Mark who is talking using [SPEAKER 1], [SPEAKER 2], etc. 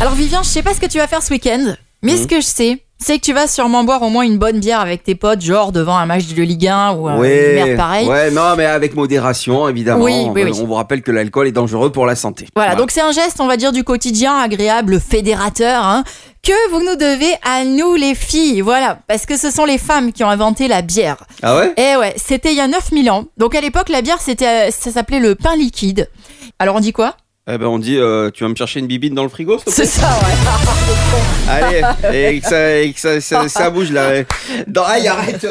[SPEAKER 1] Alors Vivien, je sais pas ce que tu vas faire ce week-end, mais
[SPEAKER 2] Hmm.
[SPEAKER 1] ce que je sais, c'est que tu vas sûrement boire au moins une bonne bière avec tes potes, genre devant un match de Ligue 1 ou un
[SPEAKER 2] Ouais,
[SPEAKER 1] merde pareil.
[SPEAKER 2] ouais, non, mais avec modération, évidemment. Euh,
[SPEAKER 1] Oui, oui, oui.
[SPEAKER 2] On vous rappelle que l'alcool est dangereux pour la santé.
[SPEAKER 1] Voilà, donc c'est un geste, on va dire, du quotidien agréable, fédérateur, hein, que vous nous devez à nous les filles. Voilà, parce que ce sont les femmes qui ont inventé la bière.
[SPEAKER 2] Ah ouais
[SPEAKER 1] Eh ouais, c'était il y a 9000 ans. Donc à l'époque, la bière, c'était, euh, ça s'appelait le pain liquide. Alors on dit quoi
[SPEAKER 2] Eh ben, on dit, euh, tu vas me chercher une bibine dans le frigo, s'il te plaît
[SPEAKER 1] C'est ça, ouais.
[SPEAKER 2] Allez, et que ça, et que ça, ça- ça bouge là. ouais. Non, aïe, arrête